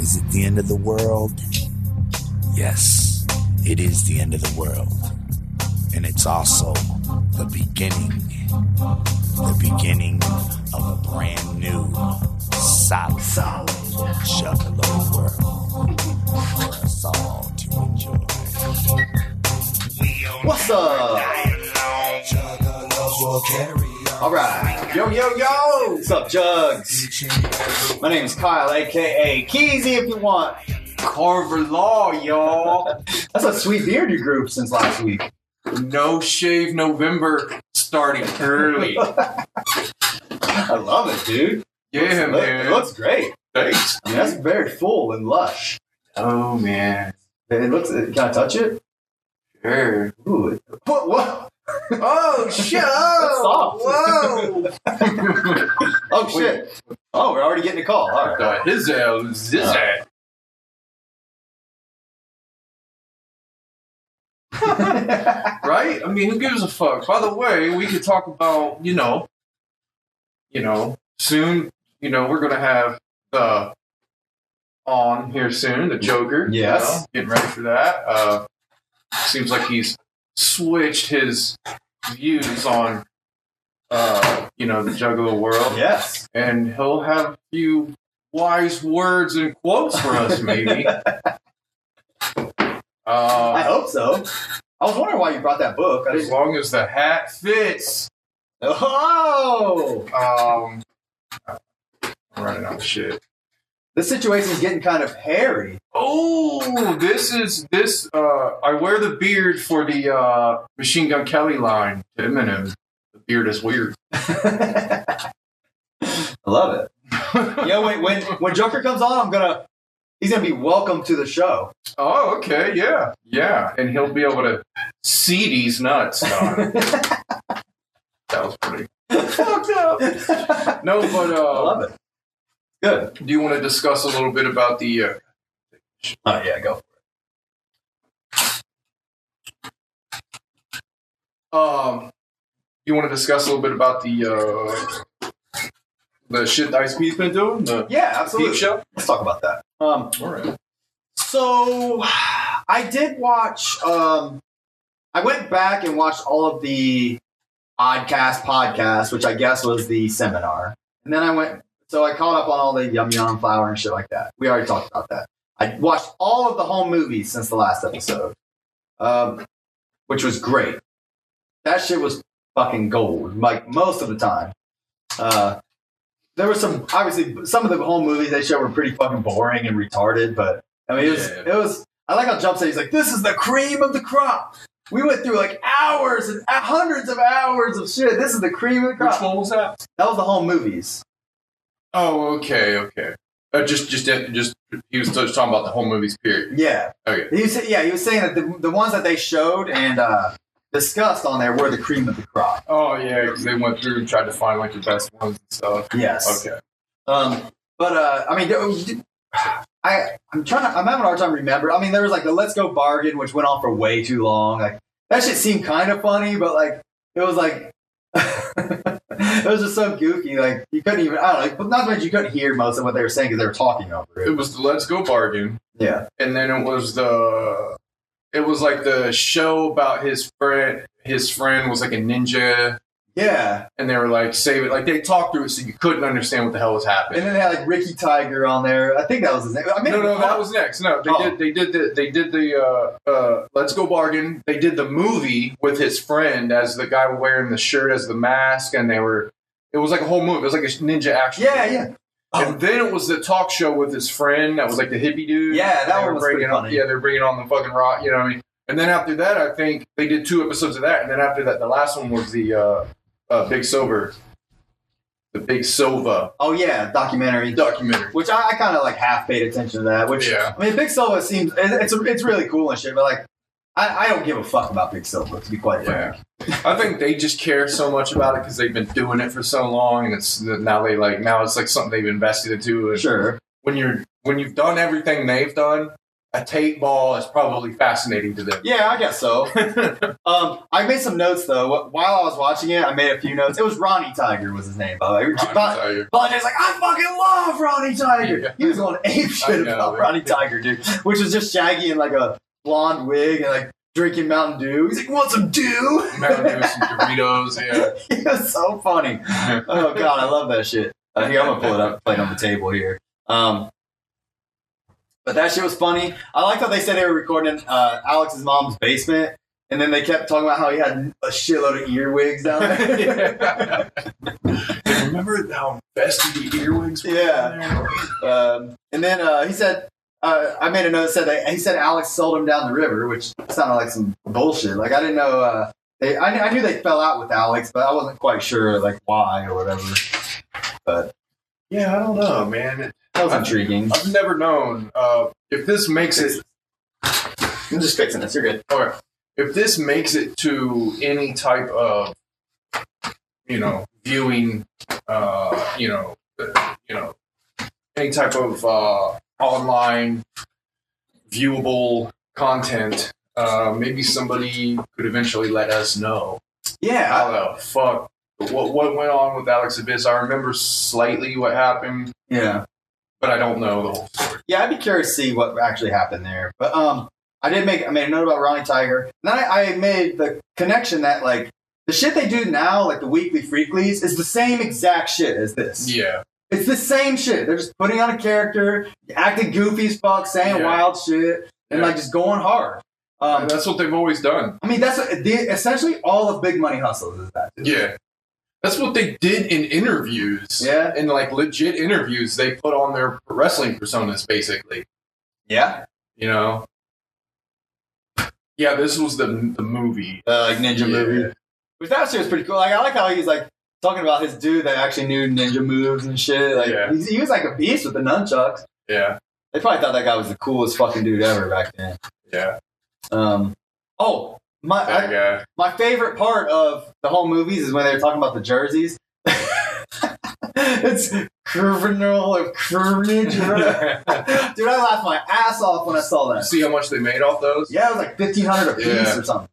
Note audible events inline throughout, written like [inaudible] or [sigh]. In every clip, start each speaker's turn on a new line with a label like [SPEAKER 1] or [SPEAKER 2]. [SPEAKER 1] Is it the end of the world? Yes, it is the end of the world. And it's also the beginning, the beginning of a brand new, solid, solid juggalo world [laughs] for us all to enjoy.
[SPEAKER 2] What's up? All right. Yo, yo, yo. What's up, Jugs? My name's Kyle, aka Keezy, if you want.
[SPEAKER 3] Carver Law, y'all.
[SPEAKER 2] That's a sweet beard you grew since last week.
[SPEAKER 3] No Shave November starting
[SPEAKER 2] [laughs]
[SPEAKER 3] early.
[SPEAKER 2] I love it, dude.
[SPEAKER 3] Yeah,
[SPEAKER 2] it, look- it
[SPEAKER 3] man.
[SPEAKER 2] looks great.
[SPEAKER 3] Thanks.
[SPEAKER 2] I mean, that's very full and lush.
[SPEAKER 3] Oh, man.
[SPEAKER 2] It looks. Can I touch it?
[SPEAKER 3] Sure.
[SPEAKER 2] Ooh. it- What? What?
[SPEAKER 3] Oh, shit.
[SPEAKER 2] That's soft.
[SPEAKER 3] Whoa. [laughs]
[SPEAKER 2] Oh shit. Oh, we're already getting a call. All right.
[SPEAKER 3] The hizzle, zizzle. Right? I mean, who gives a fuck? By the way, we could talk about, you know, you know, soon, you know, we're going to have the on here soon, the Joker. you
[SPEAKER 2] Yes.
[SPEAKER 3] know, getting ready for that. Uh, seems like he's switched his views on, uh, you know, the Juggalo
[SPEAKER 2] [laughs]
[SPEAKER 3] world
[SPEAKER 2] Yes.
[SPEAKER 3] and he'll have a few wise words and quotes for us, maybe.
[SPEAKER 2] I
[SPEAKER 3] uh,
[SPEAKER 2] hope so. I was wondering why you brought that book. I
[SPEAKER 3] as
[SPEAKER 2] didn't.
[SPEAKER 3] long as the hat fits.
[SPEAKER 2] Oh.
[SPEAKER 3] Um, I'm running out of shit.
[SPEAKER 2] This situation's getting kind of hairy.
[SPEAKER 3] Oh, this is this. Uh, I wear the beard for the uh, Machine Gun Kelly line to Eminem. The beard is weird.
[SPEAKER 2] I love it. [laughs] Yeah, wait, when when Joker comes on, I'm gonna he's gonna be welcome to the show.
[SPEAKER 3] oh, okay, yeah, yeah, and he'll be able to see these nuts.
[SPEAKER 2] [laughs]
[SPEAKER 3] No, that was pretty fucked up.
[SPEAKER 2] I
[SPEAKER 3] No, but uh,
[SPEAKER 2] love it. Good.
[SPEAKER 3] do you want to discuss a little bit about the? Uh,
[SPEAKER 2] Oh yeah, go.
[SPEAKER 3] um, you want to discuss a little bit about the uh, the shit Ice P's been doing? The
[SPEAKER 2] Yeah,
[SPEAKER 3] peep
[SPEAKER 2] absolutely.
[SPEAKER 3] show.
[SPEAKER 2] Let's talk about that. Um,
[SPEAKER 3] All right.
[SPEAKER 2] so I did watch. Um, I went back and watched all of the Oddcast podcast, which I guess was the seminar, and then I went. So I caught up on all the Yum Yum Flower and shit like that. We already talked about that. I watched all of the home movies since the last episode, um, which was great. That shit was fucking gold, like most of the time. Uh, there were some, obviously, some of the home movies they showed were pretty fucking boring and retarded, but I mean, it was, it
[SPEAKER 3] Yeah.
[SPEAKER 2] was, I like how Jump said, he's like, this is the cream of the crop. We went through like hours and hundreds of hours of shit. This is the cream of the crop.
[SPEAKER 3] Which one was that?
[SPEAKER 2] That was the home movies.
[SPEAKER 3] Oh, okay, okay. Uh, just, just, just. He was just talking about the whole movies. Period.
[SPEAKER 2] Yeah.
[SPEAKER 3] Okay.
[SPEAKER 2] He was, yeah, he was saying that the, the ones that they showed and uh, discussed on there were the cream of the crop.
[SPEAKER 3] Oh yeah, 'cause they went through and tried to find like the best ones and stuff.
[SPEAKER 2] Yes.
[SPEAKER 3] Okay.
[SPEAKER 2] Um, but uh, I mean, there was- I I'm trying to I'm having a hard time remembering. I mean, there was like the Let's Go Bargain, which went on for way too long. Like that shit seemed kind of funny, but like it was like [laughs] it was just so goofy. Like you couldn't even I don't know. But not much you couldn't hear most of what they were saying because they were talking over
[SPEAKER 3] It
[SPEAKER 2] it.
[SPEAKER 3] was the Let's Go bargain.
[SPEAKER 2] Yeah.
[SPEAKER 3] and then it was the it was like the show about his friend his friend was like a ninja
[SPEAKER 2] Yeah.
[SPEAKER 3] and they were like save it like they talked through it so you couldn't understand what the hell was
[SPEAKER 2] And
[SPEAKER 3] happening
[SPEAKER 2] then they had like Ricky Tiger on there. I think that was his name. I mean,
[SPEAKER 3] no no that was next no they
[SPEAKER 2] Oh.
[SPEAKER 3] did they did the they did the uh uh let's go bargain they did the movie with his friend as the guy wearing the shirt as the mask and they were it was like a whole movie it was like a ninja action
[SPEAKER 2] Yeah,
[SPEAKER 3] movie.
[SPEAKER 2] yeah. Oh.
[SPEAKER 3] and then it was the talk show with his friend that was like the hippie dude
[SPEAKER 2] Yeah, that
[SPEAKER 3] they
[SPEAKER 2] one
[SPEAKER 3] were
[SPEAKER 2] was
[SPEAKER 3] bringing
[SPEAKER 2] pretty
[SPEAKER 3] on,
[SPEAKER 2] funny.
[SPEAKER 3] yeah, they're bringing on the fucking rock. You know what I mean? And then after that, I think they did two episodes of that, and then after that, the last one was the uh, uh, Big Sober, the Big Sova
[SPEAKER 2] Oh yeah, documentary.
[SPEAKER 3] documentary.
[SPEAKER 2] Which I, I kind of like half paid attention to that. Which
[SPEAKER 3] Yeah.
[SPEAKER 2] I mean, Big Silva seems it- it's it's really cool and shit, but like I, I don't give a fuck about Big Silva to be quite frank.
[SPEAKER 3] Yeah, [laughs] I think they just care so much about it because they've been doing it for so long, and it's now they like now it's like something they've invested into. And
[SPEAKER 2] Sure.
[SPEAKER 3] when you're when you've done everything they've done, a tape ball is probably fascinating to them.
[SPEAKER 2] [laughs] Yeah, I guess
[SPEAKER 3] [laughs]
[SPEAKER 2] so. um, I made some notes though. While I was watching it, I made a few notes. It was Ronnie Tiger was his name. By the way. But- but it's like, I fucking love Ronnie Tiger.
[SPEAKER 3] Yeah.
[SPEAKER 2] He was going ape
[SPEAKER 3] I
[SPEAKER 2] shit
[SPEAKER 3] know,
[SPEAKER 2] about
[SPEAKER 3] man.
[SPEAKER 2] Ronnie Tiger, dude. Which was just Shaggy in like a blonde wig and like drinking Mountain Dew. He's like, want some dew?
[SPEAKER 3] Mountain Dew, some
[SPEAKER 2] [laughs]
[SPEAKER 3] Doritos, yeah.
[SPEAKER 2] it was so funny. [laughs] Oh god, I love that shit. Uh, here, I'm gonna pull it up, play it on the table here. Um, but that shit was funny. I liked how they said they were recording in, uh, Alex's mom's basement, and then they kept talking about how he had a shitload of earwigs down
[SPEAKER 3] [laughs]
[SPEAKER 2] there.
[SPEAKER 3] Remember how invested the earwigs were?
[SPEAKER 2] Yeah. um, and then uh, he said, uh, I made a note that said that he said Alex sold him down the river, which sounded like some bullshit. Like I didn't know. Uh, they, I, kn- I knew they fell out with Alex, but I wasn't quite sure like why or whatever.
[SPEAKER 3] Yeah, I don't know, man. It-
[SPEAKER 2] That was intriguing.
[SPEAKER 3] I've never known. Uh, if this makes it,
[SPEAKER 2] I'm just fixing this. You're good.
[SPEAKER 3] or if this makes it to any type of, you know, viewing, uh, you know, uh, you know, any type of uh, online viewable content, uh, maybe somebody could eventually let us know.
[SPEAKER 2] Yeah, I-
[SPEAKER 3] How the fuck? What what went on with Alex Abyss? I remember slightly what happened,
[SPEAKER 2] yeah,
[SPEAKER 3] but I don't know the whole story.
[SPEAKER 2] yeah. I'd be curious to see what actually happened there. But um, I did make I made a note about Ronnie Tiger, and then I, I made the connection that like the shit they do now, like the weekly freaklies, is the same exact shit as this.
[SPEAKER 3] Yeah,
[SPEAKER 2] It's the same shit. They're just putting on a character, acting goofy as fuck, saying
[SPEAKER 3] Yeah.
[SPEAKER 2] wild shit, and
[SPEAKER 3] Yeah.
[SPEAKER 2] like just going hard. Um,
[SPEAKER 3] that's what they've always done.
[SPEAKER 2] I mean, that's what, the, essentially all of Big Money Hustles is that.
[SPEAKER 3] Yeah, that's what they did in interviews.
[SPEAKER 2] Yeah.
[SPEAKER 3] in like legit interviews, they put on their wrestling personas, basically.
[SPEAKER 2] Yeah,
[SPEAKER 3] You know. Yeah, this was the the movie.
[SPEAKER 2] uh, like Ninja
[SPEAKER 3] Yeah.
[SPEAKER 2] Movie. Which that shit was pretty cool. Like I like how he's like talking about his dude that actually knew ninja moves and shit. Like
[SPEAKER 3] Yeah.
[SPEAKER 2] he's, he was like a beast with the nunchucks.
[SPEAKER 3] Yeah,
[SPEAKER 2] They probably thought that guy was the coolest fucking dude ever back then.
[SPEAKER 3] yeah,
[SPEAKER 2] Um, oh my, I-
[SPEAKER 3] that [laughs] guy.
[SPEAKER 2] My favorite part of the whole movies is when they're talking about the jerseys. [laughs] it's criminal of
[SPEAKER 3] [laughs]
[SPEAKER 2] carnage. Dude, I laughed my ass off when I saw that.
[SPEAKER 3] See how much they made off those?
[SPEAKER 2] Yeah, it was like fifteen hundred a piece
[SPEAKER 3] Yeah.
[SPEAKER 2] or something.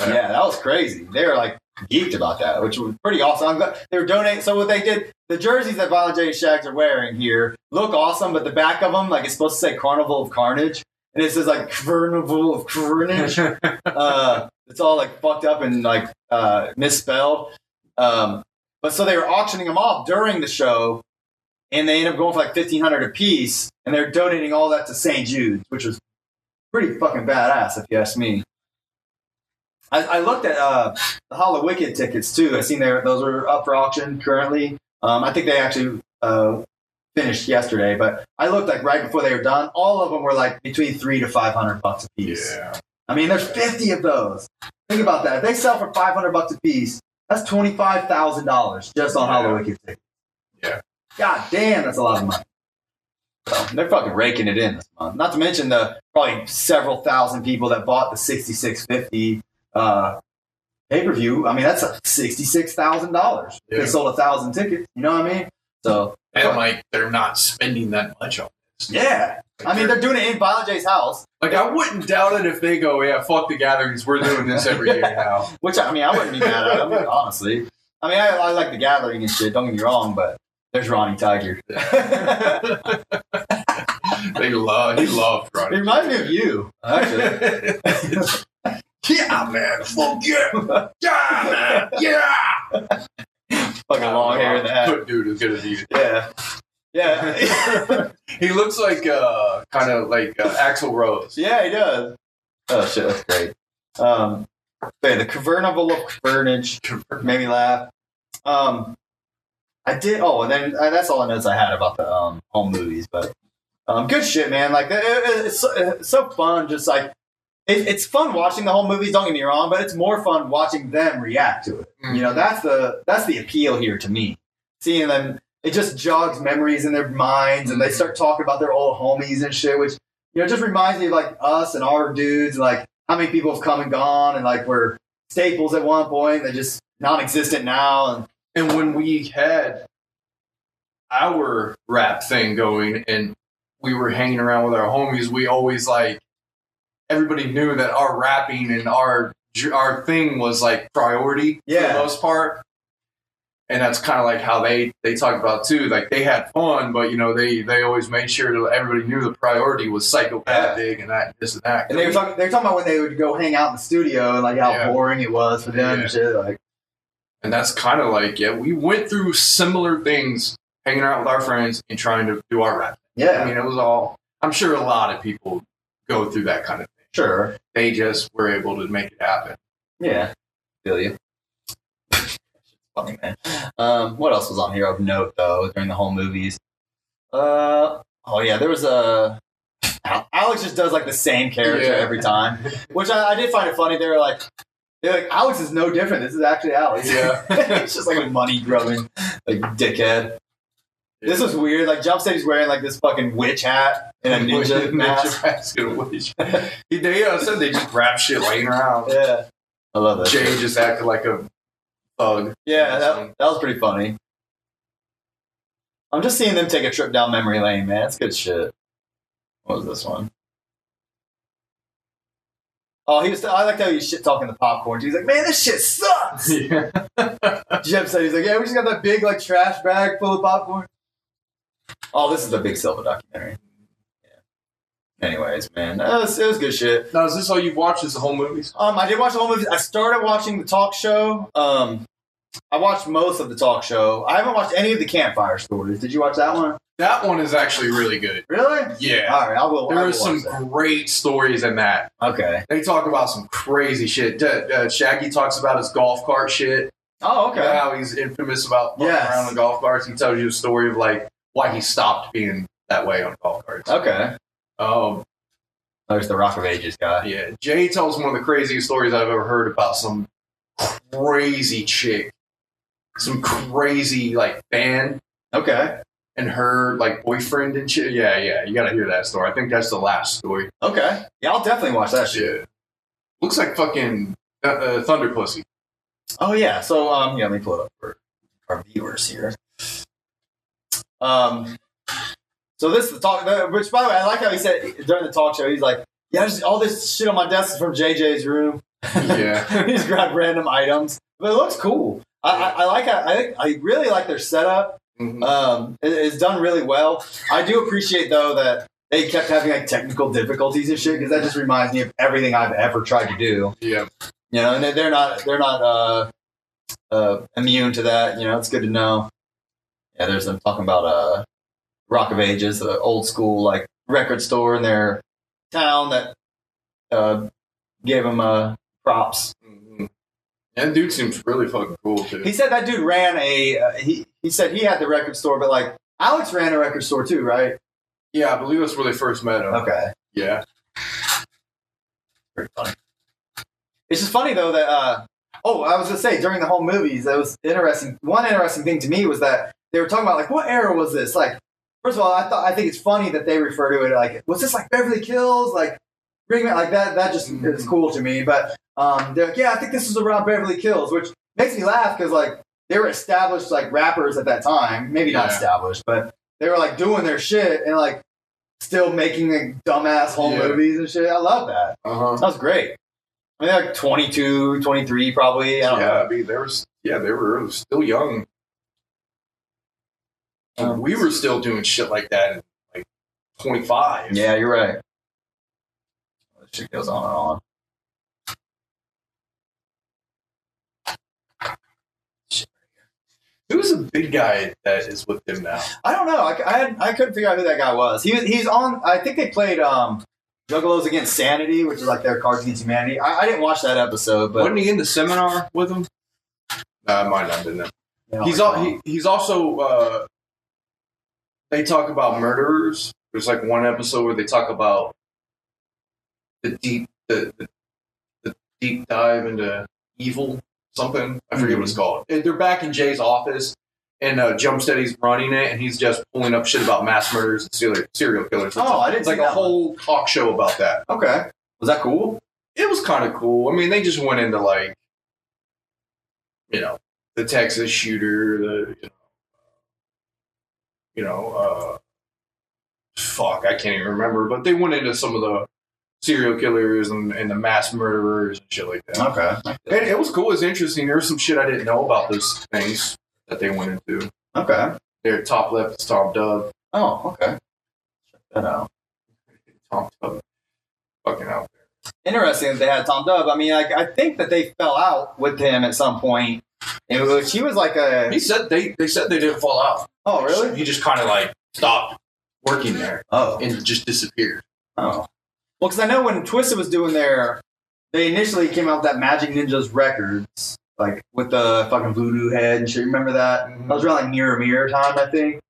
[SPEAKER 3] Yeah.
[SPEAKER 2] Yeah, that was crazy. They were like geeked about that, which was pretty awesome. I'm glad they were donating. So what they did, the jerseys that Violent J Shags are wearing here look awesome, but the back of them, like it's supposed to say Carnival of Carnage, and it says like Carnival of Carnage. uh, it's all like fucked up and like uh, misspelled. Um, but so they were auctioning them off during the show, and they end up going for like fifteen hundred a piece, and they're donating all that to St. Jude's, which was pretty fucking badass, if you ask me. I, I looked at uh, the Hollow Wicked tickets too. I seen there those are up for auction currently. Um, I think they actually uh, finished yesterday, but I looked like right before they were done. All of them were like between three to five hundred bucks a piece.
[SPEAKER 3] Yeah,
[SPEAKER 2] I mean, there's 50 of those. Think about that. If they sell for 500 bucks a piece, that's $25,000 just on
[SPEAKER 3] Yeah.
[SPEAKER 2] Halloween kids tickets.
[SPEAKER 3] Yeah.
[SPEAKER 2] God damn, that's a lot of money. So, they're fucking raking it in this month. Not to mention the probably several thousand people that bought the 6650 uh, pay per view. I mean, that's like $66,000. If
[SPEAKER 3] Yeah.
[SPEAKER 2] They sold a thousand tickets. You know what I mean? So,
[SPEAKER 3] and like they're not spending that much on. This.
[SPEAKER 2] yeah. I mean, they're doing it in Violet J's house,
[SPEAKER 3] Like I wouldn't doubt it if they go, yeah, fuck the gatherings, we're doing this every [laughs] year now.
[SPEAKER 2] Which I mean, I wouldn't be mad at them, honestly. I mean, I, I like the gathering and shit. Don't get me wrong, but there's Ronnie Tiger. it
[SPEAKER 3] They love, he loved running.
[SPEAKER 2] reminds me of you, actually.
[SPEAKER 3] [laughs] yeah, man, fuck [laughs] yeah, yeah, man, yeah.
[SPEAKER 2] Fucking long hair and that.
[SPEAKER 3] Good dude is gonna be.
[SPEAKER 2] Yeah, yeah, [laughs]
[SPEAKER 3] he looks like uh, kind of like uh, Axl Rose.
[SPEAKER 2] yeah. He does. Oh shit, that's great. Um, but yeah, the Cavernival of Carnage made me laugh. Um, I did. Oh, and then uh, that's all the notes I had about the um, home movies. But um, good shit, man. Like it, it- it's, so, it's so fun. Just like it, it's fun watching the whole movies. Don't get me wrong, but it's more fun watching them react to it. You know, that's the that's the appeal here to me. Seeing them, it just jogs memories in their minds, and they start talking about their old homies and shit, which you know just reminds me of like us and our dudes, like how many people have come and gone, and like we're staples at one point. They're just non-existent now, and
[SPEAKER 3] And when we had our rap thing going, and we were hanging around with our homies, we always like everybody knew that our rapping and our our thing was like priority for the
[SPEAKER 2] Yeah.
[SPEAKER 3] most part. And that's kind of like how they they talk about too. Like they had fun, but you know they they always made sure that everybody knew the priority was psychopathic and that this and that.
[SPEAKER 2] And they were talking. They were talking about when they would go hang out in the studio and like how
[SPEAKER 3] Yeah.
[SPEAKER 2] boring it was for them
[SPEAKER 3] Yeah.
[SPEAKER 2] and shit. Like,
[SPEAKER 3] And that's kind of like yeah, we went through similar things hanging out with our friends and trying to do our rap. I
[SPEAKER 2] yeah,
[SPEAKER 3] mean, it was all. I'm sure a lot of people go through that kind of. thing.
[SPEAKER 2] sure,
[SPEAKER 3] They just were able to make it happen.
[SPEAKER 2] yeah. Feel you. Funny man. Um, what else was on here of note though during the whole movies? Uh, oh yeah, there was a. Al- Alex just does like the same character
[SPEAKER 3] Yeah.
[SPEAKER 2] every time, which I, I did find it funny. They were like, they're like, Alex is no different. This is actually Alex. [laughs] it's just like a money grubbing like dickhead. This
[SPEAKER 3] [laughs]
[SPEAKER 2] was weird. Like Jump said he's wearing like this fucking witch hat and a [laughs] ninja mask.
[SPEAKER 3] mask and a witch.
[SPEAKER 2] [laughs]
[SPEAKER 3] He- they uh, said they just wrap shit laying around.
[SPEAKER 2] Yeah. I love that.
[SPEAKER 3] Jay
[SPEAKER 2] shit.
[SPEAKER 3] just acted like a
[SPEAKER 2] [laughs]
[SPEAKER 3] thug.
[SPEAKER 2] Yeah, that, that was pretty funny. I'm just seeing them take a trip down memory lane, man. It's good shit. What was this one? Oh, he was. I like how he's shit talking the popcorn. He's like, "Man, this shit [laughs] sucks."
[SPEAKER 3] Yeah.
[SPEAKER 2] Jim said he's like, yeah, we just got that big like trash bag full of popcorn. Oh, this is the Big Silva documentary. Yeah. Anyways, man, that was, it was good shit.
[SPEAKER 3] Now is this all you've watched? Is the whole movies?
[SPEAKER 2] Um, I did watch the whole movie. I started watching the talk show. Um, I watched most of the talk show. I haven't watched any of the campfire stories. Did you watch that one?
[SPEAKER 3] That one is actually really good.
[SPEAKER 2] Really?
[SPEAKER 3] Yeah.
[SPEAKER 2] All right, I will. I
[SPEAKER 3] There
[SPEAKER 2] will
[SPEAKER 3] are some
[SPEAKER 2] watch that.
[SPEAKER 3] great stories in that.
[SPEAKER 2] Okay.
[SPEAKER 3] They talk about some crazy shit. D- uh, Shaggy talks about his golf cart shit.
[SPEAKER 2] Oh,
[SPEAKER 3] You know
[SPEAKER 2] okay.
[SPEAKER 3] how he's infamous about fucking
[SPEAKER 2] Yes.
[SPEAKER 3] around the golf carts. He tells you a story of like why he stopped being that way on golf carts.
[SPEAKER 2] Okay.
[SPEAKER 3] Um,
[SPEAKER 2] There's the Rock of Ages guy.
[SPEAKER 3] Yeah, Jay tells one of the craziest stories I've ever heard about some crazy chick, some crazy like fan
[SPEAKER 2] Okay.
[SPEAKER 3] and her like boyfriend and shit. Yeah, yeah, you gotta hear that story. I think that's the last story.
[SPEAKER 2] Okay. Yeah, I'll definitely watch that shit.
[SPEAKER 3] Yeah. looks like fucking uh, uh, Thunder Pussy.
[SPEAKER 2] [laughs] Oh yeah. So um, yeah, let me pull it up for our viewers here. Um, so this is the talk. the- Which, by the way, I like how he said during the talk show, he's like, "Yeah, I just, all this shit on my desk is from JJ's room. [laughs]
[SPEAKER 3] Yeah,
[SPEAKER 2] he just grabbed random items, but it looks cool. I, I, I like. How, I think I really like their setup.
[SPEAKER 3] Mhm.
[SPEAKER 2] Um, it- it's done really well. I do appreciate though that they kept having like technical difficulties and shit because that just reminds me of everything I've ever tried to do
[SPEAKER 3] yeah.
[SPEAKER 2] you know, and they're- they're not they're not uh, uh, immune to that. You know, it's good to know. Yeah, there's them talking about uh, Rock of Ages, the old school like record store in their town that uh, gave them uh, props.
[SPEAKER 3] Mhm. That dude seems really fucking cool too.
[SPEAKER 2] He said that dude ran a uh, he he said he had the record store, but like Alex ran a record store too, right?
[SPEAKER 3] Yeah, I believe that's where they first met him.
[SPEAKER 2] Okay,
[SPEAKER 3] Yeah,
[SPEAKER 2] pretty funny. It's just funny though that uh, oh, I was gonna say during the whole movies that was interesting. One interesting thing to me was that they were talking about like what era was this? Like, first of all, I thought I think it's funny that they refer to it like was this like Beverly Hills? Like, bring it like that. That just
[SPEAKER 3] Mhm.
[SPEAKER 2] is cool to me. But um, they're like, yeah, I think this is around Beverly Hills, which makes me laugh because like they were established like rappers at that time. Maybe not
[SPEAKER 3] Yeah.
[SPEAKER 2] established, but they were like doing their shit and like still making like, dumbass home
[SPEAKER 3] Yeah.
[SPEAKER 2] movies and shit. I love that.
[SPEAKER 3] uh huh.
[SPEAKER 2] That was great. I mean, they're like 22, 23 probably. I don't know.
[SPEAKER 3] Yeah, I mean, they were s- yeah they were still young
[SPEAKER 2] Um,
[SPEAKER 3] we were still doing shit like that in like 25.
[SPEAKER 2] Yeah, you're right. That shit goes on and on.
[SPEAKER 3] Who's a big guy that is with them now?
[SPEAKER 2] I don't know. I, c- I, had, I couldn't figure out who that guy was. He was he's on. I think they played um, Juggalos Against Sanity, which is like their Cards Against Humanity. I, I didn't watch that episode, but
[SPEAKER 3] Wasn't he in the seminar with them? Nah, mine not been them. He's all, he, he's also uh, they talk about murderers. There's like one episode where they talk about the deep the, the, the deep dive into evil something. I forget what it's called. And they're back in Jay's office. And uh, Jumpsteady's running it, and he's just pulling up shit about mass murders and serial, serial killers.
[SPEAKER 2] Oh, I didn't
[SPEAKER 3] It's like
[SPEAKER 2] see
[SPEAKER 3] a
[SPEAKER 2] that one.
[SPEAKER 3] whole talk show about that.
[SPEAKER 2] okay. Was that cool?
[SPEAKER 3] it was kind of cool. I mean, they just went into like, you know, the Texas shooter, the you know, you know, uh, fuck, I can't even remember, but they went into some of the serial killers and, and the mass murderers and shit like that.
[SPEAKER 2] Okay.
[SPEAKER 3] And it was cool. It was interesting. There was some shit I didn't know about those things that they went into.
[SPEAKER 2] Okay.
[SPEAKER 3] Their top left is Tom Dove.
[SPEAKER 2] Oh, okay. Check that out.
[SPEAKER 3] Tom Dove. Fucking out.
[SPEAKER 2] Interesting that they had Tom Dove. I mean, I, I think that they fell out with him at some point. It was he was like a
[SPEAKER 3] He said they, they said they didn't fall out.
[SPEAKER 2] oh really
[SPEAKER 3] He just kind of like stopped working there
[SPEAKER 2] oh
[SPEAKER 3] and just disappeared.
[SPEAKER 2] Oh. Well, because I know when Twisted was doing their, they initially came out with that Magic Ninjas records, like with the fucking voodoo head and shit. Remember that?
[SPEAKER 3] Mhm.
[SPEAKER 2] That was around like Mirror Mirror time, I think.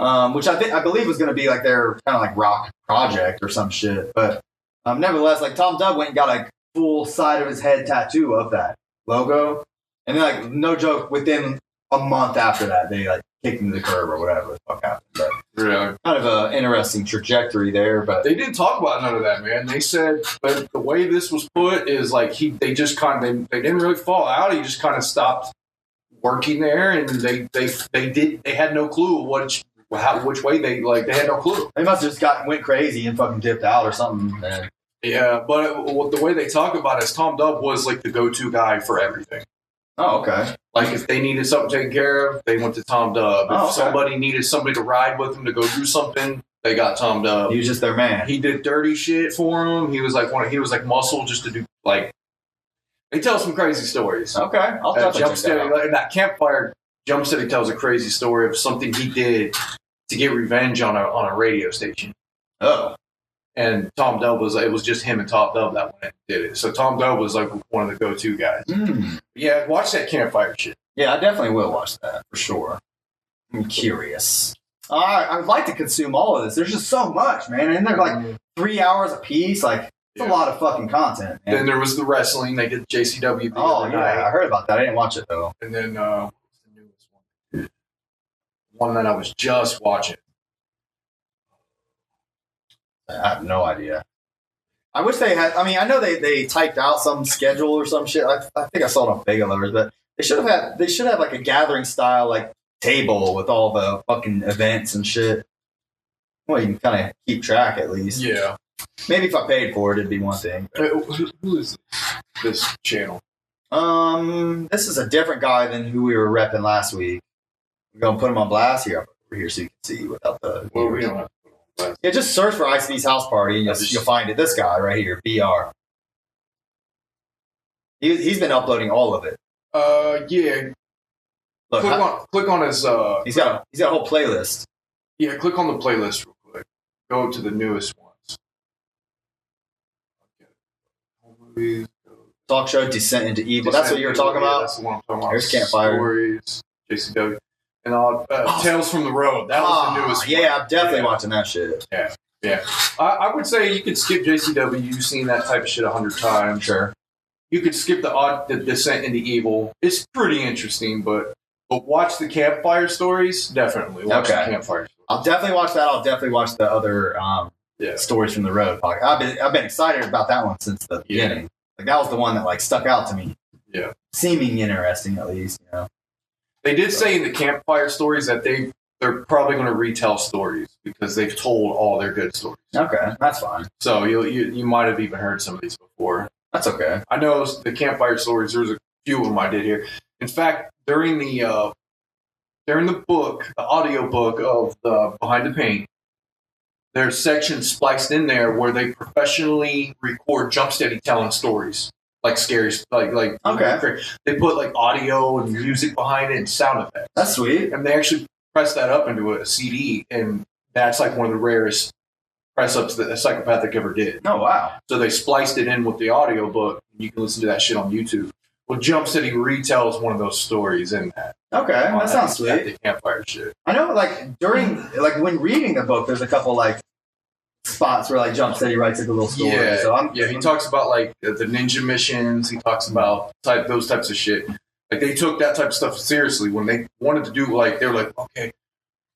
[SPEAKER 2] Um, which I think I believe was going to be like their kind of like rock project or some shit. But um, nevertheless, like Tom Dub went and got a full side of his head tattoo of that logo, and then like no joke, within a month after that, they like kicked him to the curb or whatever the fuck happened. But
[SPEAKER 3] Really?
[SPEAKER 2] kind of a interesting trajectory there, but.
[SPEAKER 3] They didn't talk about none of that, man. They said, but the way this was put is like he they just kind of they, they didn't really fall out. He just kind of stopped working there, and they they they did they had no clue which how, which way they like they had no clue.
[SPEAKER 2] They must have just got went crazy and fucking dipped out or something. man.
[SPEAKER 3] Yeah, but it, what- the way they talk about it is Tom Dub was like the go to guy for everything.
[SPEAKER 2] Oh, okay.
[SPEAKER 3] Like if they needed something taken care of, they went to Tom Dub. If
[SPEAKER 2] Oh, okay.
[SPEAKER 3] somebody needed somebody to ride with them to go do something, they got Tom Dub.
[SPEAKER 2] He was just their man.
[SPEAKER 3] He did dirty shit for him. He was like one. He was like muscle just to do like. They tell some crazy stories.
[SPEAKER 2] Okay, I'll
[SPEAKER 3] That
[SPEAKER 2] definitely
[SPEAKER 3] jump
[SPEAKER 2] check that
[SPEAKER 3] steady,
[SPEAKER 2] out.
[SPEAKER 3] like, that campfire jump steady tells a crazy story of something he did to get revenge on a on a radio station.
[SPEAKER 2] Oh,
[SPEAKER 3] And Tom Dub was it was just him and Tom Dub that went and did it. So Tom Dub was like one of the go to guys.
[SPEAKER 2] mm.
[SPEAKER 3] Yeah, watch that campfire shit.
[SPEAKER 2] yeah, I definitely will watch that for sure. I'm curious. All right, I would like to consume all of this. There's just so much, man. And they're like three hours a piece. Like it's
[SPEAKER 3] Yeah.
[SPEAKER 2] a lot of fucking content. Man.
[SPEAKER 3] Then there was the wrestling. They did JCW. the
[SPEAKER 2] oh
[SPEAKER 3] other
[SPEAKER 2] yeah,
[SPEAKER 3] night.
[SPEAKER 2] I heard about that. I didn't watch it though.
[SPEAKER 3] And then uh, what was the newest one? One that I was just watching.
[SPEAKER 2] I have no idea. I wish they had. I mean, I know they, they typed out some schedule or some shit. I, I think I saw it on Vega Lovers, but they should have had. They should have like a gathering style like table with all the fucking events and shit. Well, you can kind of keep track at least.
[SPEAKER 3] Yeah.
[SPEAKER 2] Maybe if I paid for it, it'd be one thing.
[SPEAKER 3] Who who is this channel?
[SPEAKER 2] Um, this is a different guy than who we were repping last week. We're gonna put him on blast here over here so you can see without the.
[SPEAKER 3] Well, we don't have. to put on blast.
[SPEAKER 2] Yeah, just search for ICB's house party and you'll,
[SPEAKER 3] That's-
[SPEAKER 2] you'll find it. This guy right here, BR. He, he's been uploading all of it.
[SPEAKER 3] Uh, yeah.
[SPEAKER 2] Look,
[SPEAKER 3] click
[SPEAKER 2] I-
[SPEAKER 3] on click on his uh
[SPEAKER 2] he's got a, he's got a whole playlist.
[SPEAKER 3] yeah click on the playlist real quick. Go to the newest ones. Okay. Home movies, go-
[SPEAKER 2] Talk show Descent into Evil. That's what you were talking
[SPEAKER 3] Yeah,
[SPEAKER 2] about.
[SPEAKER 3] That's the one I'm talking about.
[SPEAKER 2] There's Campfire.
[SPEAKER 3] Stories, JCW, and all uh,
[SPEAKER 2] Oh.
[SPEAKER 3] Tales from the Road. That was the
[SPEAKER 2] Ah,
[SPEAKER 3] newest.
[SPEAKER 2] Yeah, I'm definitely
[SPEAKER 3] Yeah.
[SPEAKER 2] watching that shit.
[SPEAKER 3] I, I would say you could skip JCW. You've seen that type of shit a hundred times.
[SPEAKER 2] Sure.
[SPEAKER 3] You could skip the odd the descent into evil. It's pretty interesting, but but watch the campfire stories. Definitely watch
[SPEAKER 2] Okay.
[SPEAKER 3] the campfire. stories.
[SPEAKER 2] I'll definitely watch that. I'll definitely watch the other um,
[SPEAKER 3] Yeah.
[SPEAKER 2] stories from the road podcast. I've been I've been excited about that one since the
[SPEAKER 3] Yeah.
[SPEAKER 2] beginning. Like that was the one that like stuck out to me.
[SPEAKER 3] Yeah.
[SPEAKER 2] Seeming interesting at least. You know.
[SPEAKER 3] They did say in the campfire stories that they they're probably going to retell stories because they've told all their good stories.
[SPEAKER 2] Okay, that's fine.
[SPEAKER 3] So you you you might have even heard some of these before.
[SPEAKER 2] That's okay.
[SPEAKER 3] I know the campfire stories. There's a few of them I did here. In fact, during the uh, during the book, the audio book of the Behind the Paint, there's sections spliced in there where they professionally record jump steady telling stories, like scary, like like
[SPEAKER 2] Okay.
[SPEAKER 3] They put like audio and music behind it and sound effects,
[SPEAKER 2] That's sweet.
[SPEAKER 3] and they actually press that up into a CD, and that's like one of the rarest press ups that a psychopathic ever did.
[SPEAKER 2] Oh wow.
[SPEAKER 3] So they spliced it in with the audio book. You can listen to that shit on YouTube. Well, Jump City retells one of those stories in that.
[SPEAKER 2] Okay,
[SPEAKER 3] on
[SPEAKER 2] that sounds
[SPEAKER 3] at
[SPEAKER 2] sweet.
[SPEAKER 3] The campfire shit.
[SPEAKER 2] I know, like during, like when reading the book, there's a couple like spots where like Jump City writes like a little story.
[SPEAKER 3] Yeah,
[SPEAKER 2] so I'm,
[SPEAKER 3] yeah. He talks about like the the ninja missions. He talks about type those types of shit. Like they took that type of stuff seriously when they wanted to do like they were like, okay,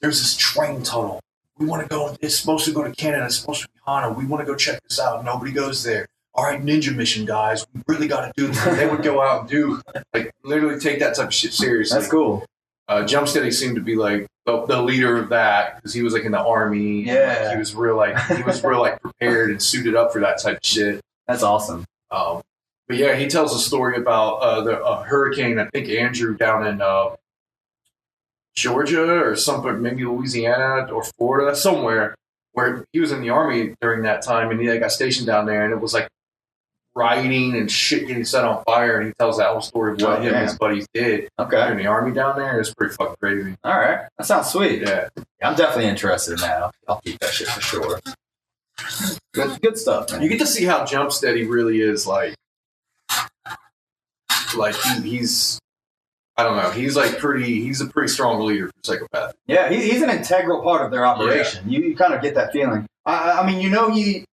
[SPEAKER 3] there's this train tunnel. We want to go. It's supposed to go to Canada. It's supposed to be Hana. We want to go check this out. Nobody goes there. All right, ninja mission guys. We really got to do this. They would go out and do like literally take that type of shit seriously.
[SPEAKER 2] that's cool.
[SPEAKER 3] uh, Jumpsteady seemed to be like the, the leader of that because he was like in the army. and, like,
[SPEAKER 2] Yeah.
[SPEAKER 3] he was real like he was real like prepared and suited up for that type of shit.
[SPEAKER 2] That's awesome.
[SPEAKER 3] Um, but yeah, he tells a story about uh, the uh, hurricane. I think Andrew down in uh, Georgia or somewhere, maybe Louisiana or Florida, somewhere where he was in the army during that time, and he like, got stationed down there, and it was like rioting and shit getting set on fire. And he tells that whole story of what
[SPEAKER 2] Oh,
[SPEAKER 3] him and his
[SPEAKER 2] damn.
[SPEAKER 3] buddies did
[SPEAKER 2] Okay.
[SPEAKER 3] in the army down there. It's pretty fucking crazy.
[SPEAKER 2] All right. That sounds sweet.
[SPEAKER 3] Yeah,
[SPEAKER 2] I'm definitely interested in that. I'll, I'll keep that shit for sure. Good, good stuff, man.
[SPEAKER 3] you get to see how Jumpsteady really is like, like he, he's. I don't know. He's like pretty. He's a pretty strong leader for psychopath.
[SPEAKER 2] Yeah, he, he's an integral part of their operation. You, you kind of get that feeling. I, I- I mean, you know, he,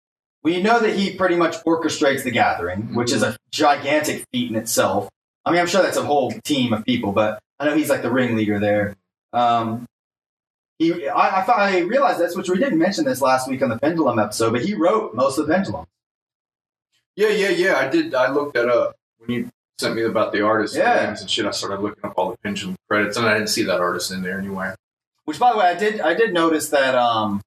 [SPEAKER 2] we know that he pretty much orchestrates the gathering, which is a gigantic feat in itself. I mean, I'm sure that's a whole team of people, but I know he's like the ringleader there. Um, he, I, I, thought, I realized this, which we didn't mention this last week on the Pendulum episode, but he wrote most of the Pendulum.
[SPEAKER 3] Yeah, yeah, yeah. I did. I looked that up when you sent me about the artist
[SPEAKER 2] Yeah.
[SPEAKER 3] names and shit. I started looking up all the pension credits, and I didn't see that artist in there anywhere.
[SPEAKER 2] Which, by the way, I did I did notice that um,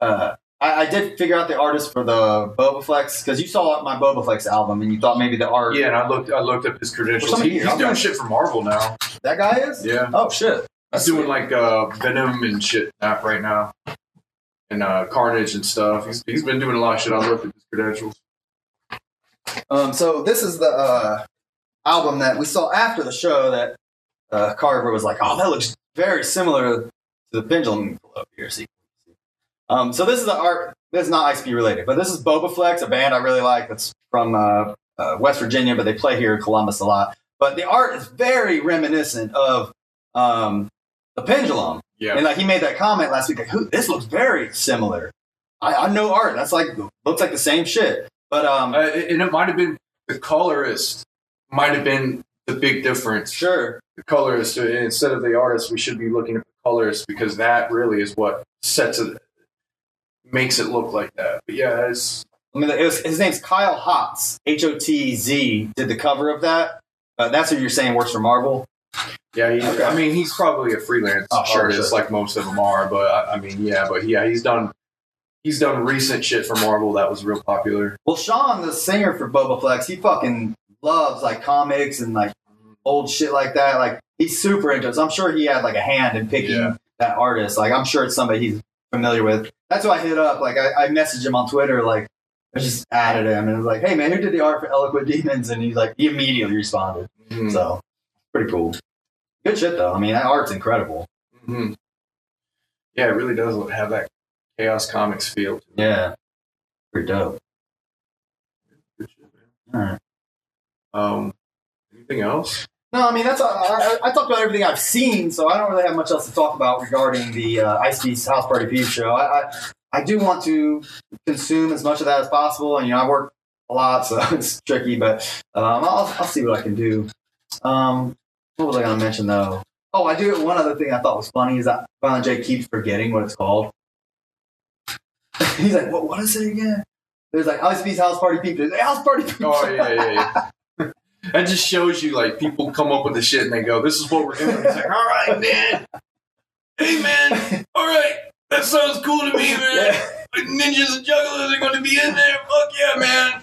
[SPEAKER 2] uh, I, I did figure out the artist for the Boba Flex because you saw my Boba Flex album and you thought maybe the art
[SPEAKER 3] Yeah, and I looked. I looked up his credentials.
[SPEAKER 2] somebody
[SPEAKER 3] He,
[SPEAKER 2] here,
[SPEAKER 3] he's
[SPEAKER 2] I'll
[SPEAKER 3] doing
[SPEAKER 2] go.
[SPEAKER 3] shit for Marvel now.
[SPEAKER 2] that guy is.
[SPEAKER 3] Yeah,
[SPEAKER 2] Oh shit!
[SPEAKER 3] he's
[SPEAKER 2] That's
[SPEAKER 3] doing
[SPEAKER 2] sweet.
[SPEAKER 3] like uh, Venom and shit now- right now, and uh, Carnage and stuff. He's he's been doing a lot of shit. I looked at his credentials.
[SPEAKER 2] Um, so this is the uh, album that we saw after the show that uh, Carver was like, "Oh, that looks very similar to the Pendulum Club here." See. Um, so this is the art. This is not ICP related, but this is Boba Flex, a band I really like. That's from uh, uh, West Virginia, but they play here in Columbus a lot. But the art is very reminiscent of um, the Pendulum.
[SPEAKER 3] Yeah,
[SPEAKER 2] And like he made that comment last week, like, Who, this looks very similar. I, I know art. That's like looks like the same shit. But um,
[SPEAKER 3] uh, and it might have been the colorist. Might have been the big difference.
[SPEAKER 2] sure,
[SPEAKER 3] the colorist uh, instead of the artist we should be looking at the colorist because that really is what sets it makes it look like that but yeah it's
[SPEAKER 2] I mean, it was, his name's Kyle Hotz, H O T Z, did the cover of that. Uh, that's who you're saying works for Marvel.
[SPEAKER 3] yeah he,
[SPEAKER 2] Okay.
[SPEAKER 3] i mean he's probably a freelance
[SPEAKER 2] Oh, sure,
[SPEAKER 3] artist
[SPEAKER 2] sure.
[SPEAKER 3] like most of them are but I, I mean yeah but yeah he's done he's done recent shit for marvel that was real popular
[SPEAKER 2] Well, Sean, the singer for Boba Flex, he fucking loves like comics and like old shit like that. Like he's super into it. So I'm sure he had like a hand in picking
[SPEAKER 3] Yeah.
[SPEAKER 2] that artist. Like I'm sure it's somebody he's familiar with. That's why I hit up. Like I, I messaged him on Twitter. Like I just added him and I was like, "Hey man, who did the art for Eloquent Demons?" And he's like, he immediately responded.
[SPEAKER 3] Mhm.
[SPEAKER 2] So pretty cool. Good shit though. I mean, that art's incredible.
[SPEAKER 3] Mhm. yeah it really does look- have that chaos comics feel to it.
[SPEAKER 2] Yeah, pretty dope.
[SPEAKER 3] Good shit, man.
[SPEAKER 2] All right.
[SPEAKER 3] um anything else
[SPEAKER 2] No, I mean that's I I I talked about everything I've seen, so I don't really have much else to talk about regarding the uh, Ice Beast House Party Peep show. I, I I do want to consume as much of that as possible, and you know I work a lot, so [laughs] it's tricky, but um, I'll I'll see what I can do. Um, what was I going to mention though? Oh, I do one other thing I thought was funny is that Violent J keeps forgetting what it's called. [laughs] He's like, what what is it again? There's like Ice Beast House Party Peep. Show. House Party Peep.
[SPEAKER 3] [laughs] Oh
[SPEAKER 2] Show.
[SPEAKER 3] yeah, yeah, yeah. [laughs] that just shows you like people come up with the shit and they go, "This is what we're doing." It's like, "All right, man. Hey, man. All right, that sounds cool to me, [laughs] man.
[SPEAKER 2] [laughs] Yeah.
[SPEAKER 3] Like, ninjas and jugglers are going to be in there. Fuck yeah, man."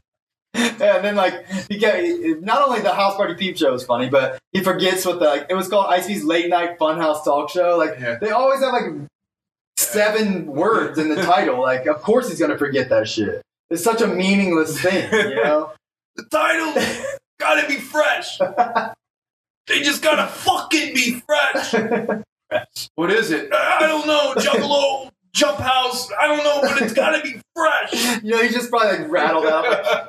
[SPEAKER 2] and then like he get not only the house party peep show is funny, but he forgets what the like, it was called Icebee's late night funhouse talk show. Like
[SPEAKER 3] Yeah.
[SPEAKER 2] they always have like seven words in the title. Like of course he's gonna forget that shit. It's such a meaningless thing,
[SPEAKER 3] [laughs]
[SPEAKER 2] you know.
[SPEAKER 3] The title got to be fresh. They just gotta fucking be fresh. What is it? I I don't know. Juggalo, jump house. I don't know, but it's gotta be fresh.
[SPEAKER 2] you know, he just probably like rattled out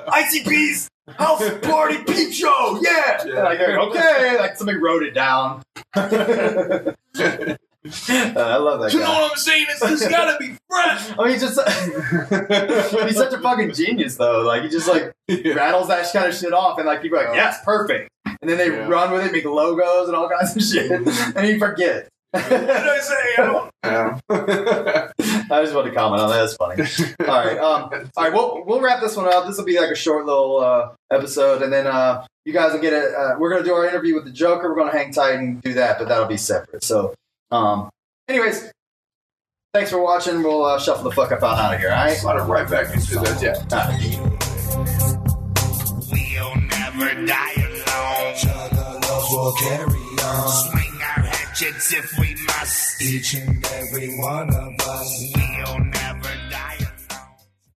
[SPEAKER 2] like ICP's house party peep show, yeah.
[SPEAKER 3] [laughs] Yeah.
[SPEAKER 2] And, like they're, okay, like somebody wrote it
[SPEAKER 3] [laughs]
[SPEAKER 2] down. [laughs] Uh, I love that
[SPEAKER 3] You know
[SPEAKER 2] guy.
[SPEAKER 3] what I'm saying? It's just gotta be fresh.
[SPEAKER 2] I mean, he's just [laughs] he's such a fucking genius though. Like he just like rattles that kind of shit off, and like people are like, "Yeah, it's perfect," and then they
[SPEAKER 3] Yeah.
[SPEAKER 2] run with it, [laughs] make logos and all kinds of shit, and you forget. I
[SPEAKER 3] I [laughs] say? Yeah.
[SPEAKER 2] just wanted to comment on that. That's funny. All right. Um, all right. We'll we'll wrap this one up. This will be like a short little uh, episode, and then uh, you guys will get it. Uh, we're gonna do our interview with the Joker. We're gonna hang tight and do that, but that'll be separate. So, um, anyways, thanks for watching. We'll uh, shuffle the fuck up on out of here. All right.
[SPEAKER 3] Slide it right back into that. Yeah.
[SPEAKER 2] All right.
[SPEAKER 1] We'll never die alone.
[SPEAKER 4] Juggalos will carry on.
[SPEAKER 1] Swing our hatchets if we must.
[SPEAKER 4] Each and every one of us.
[SPEAKER 1] We'll never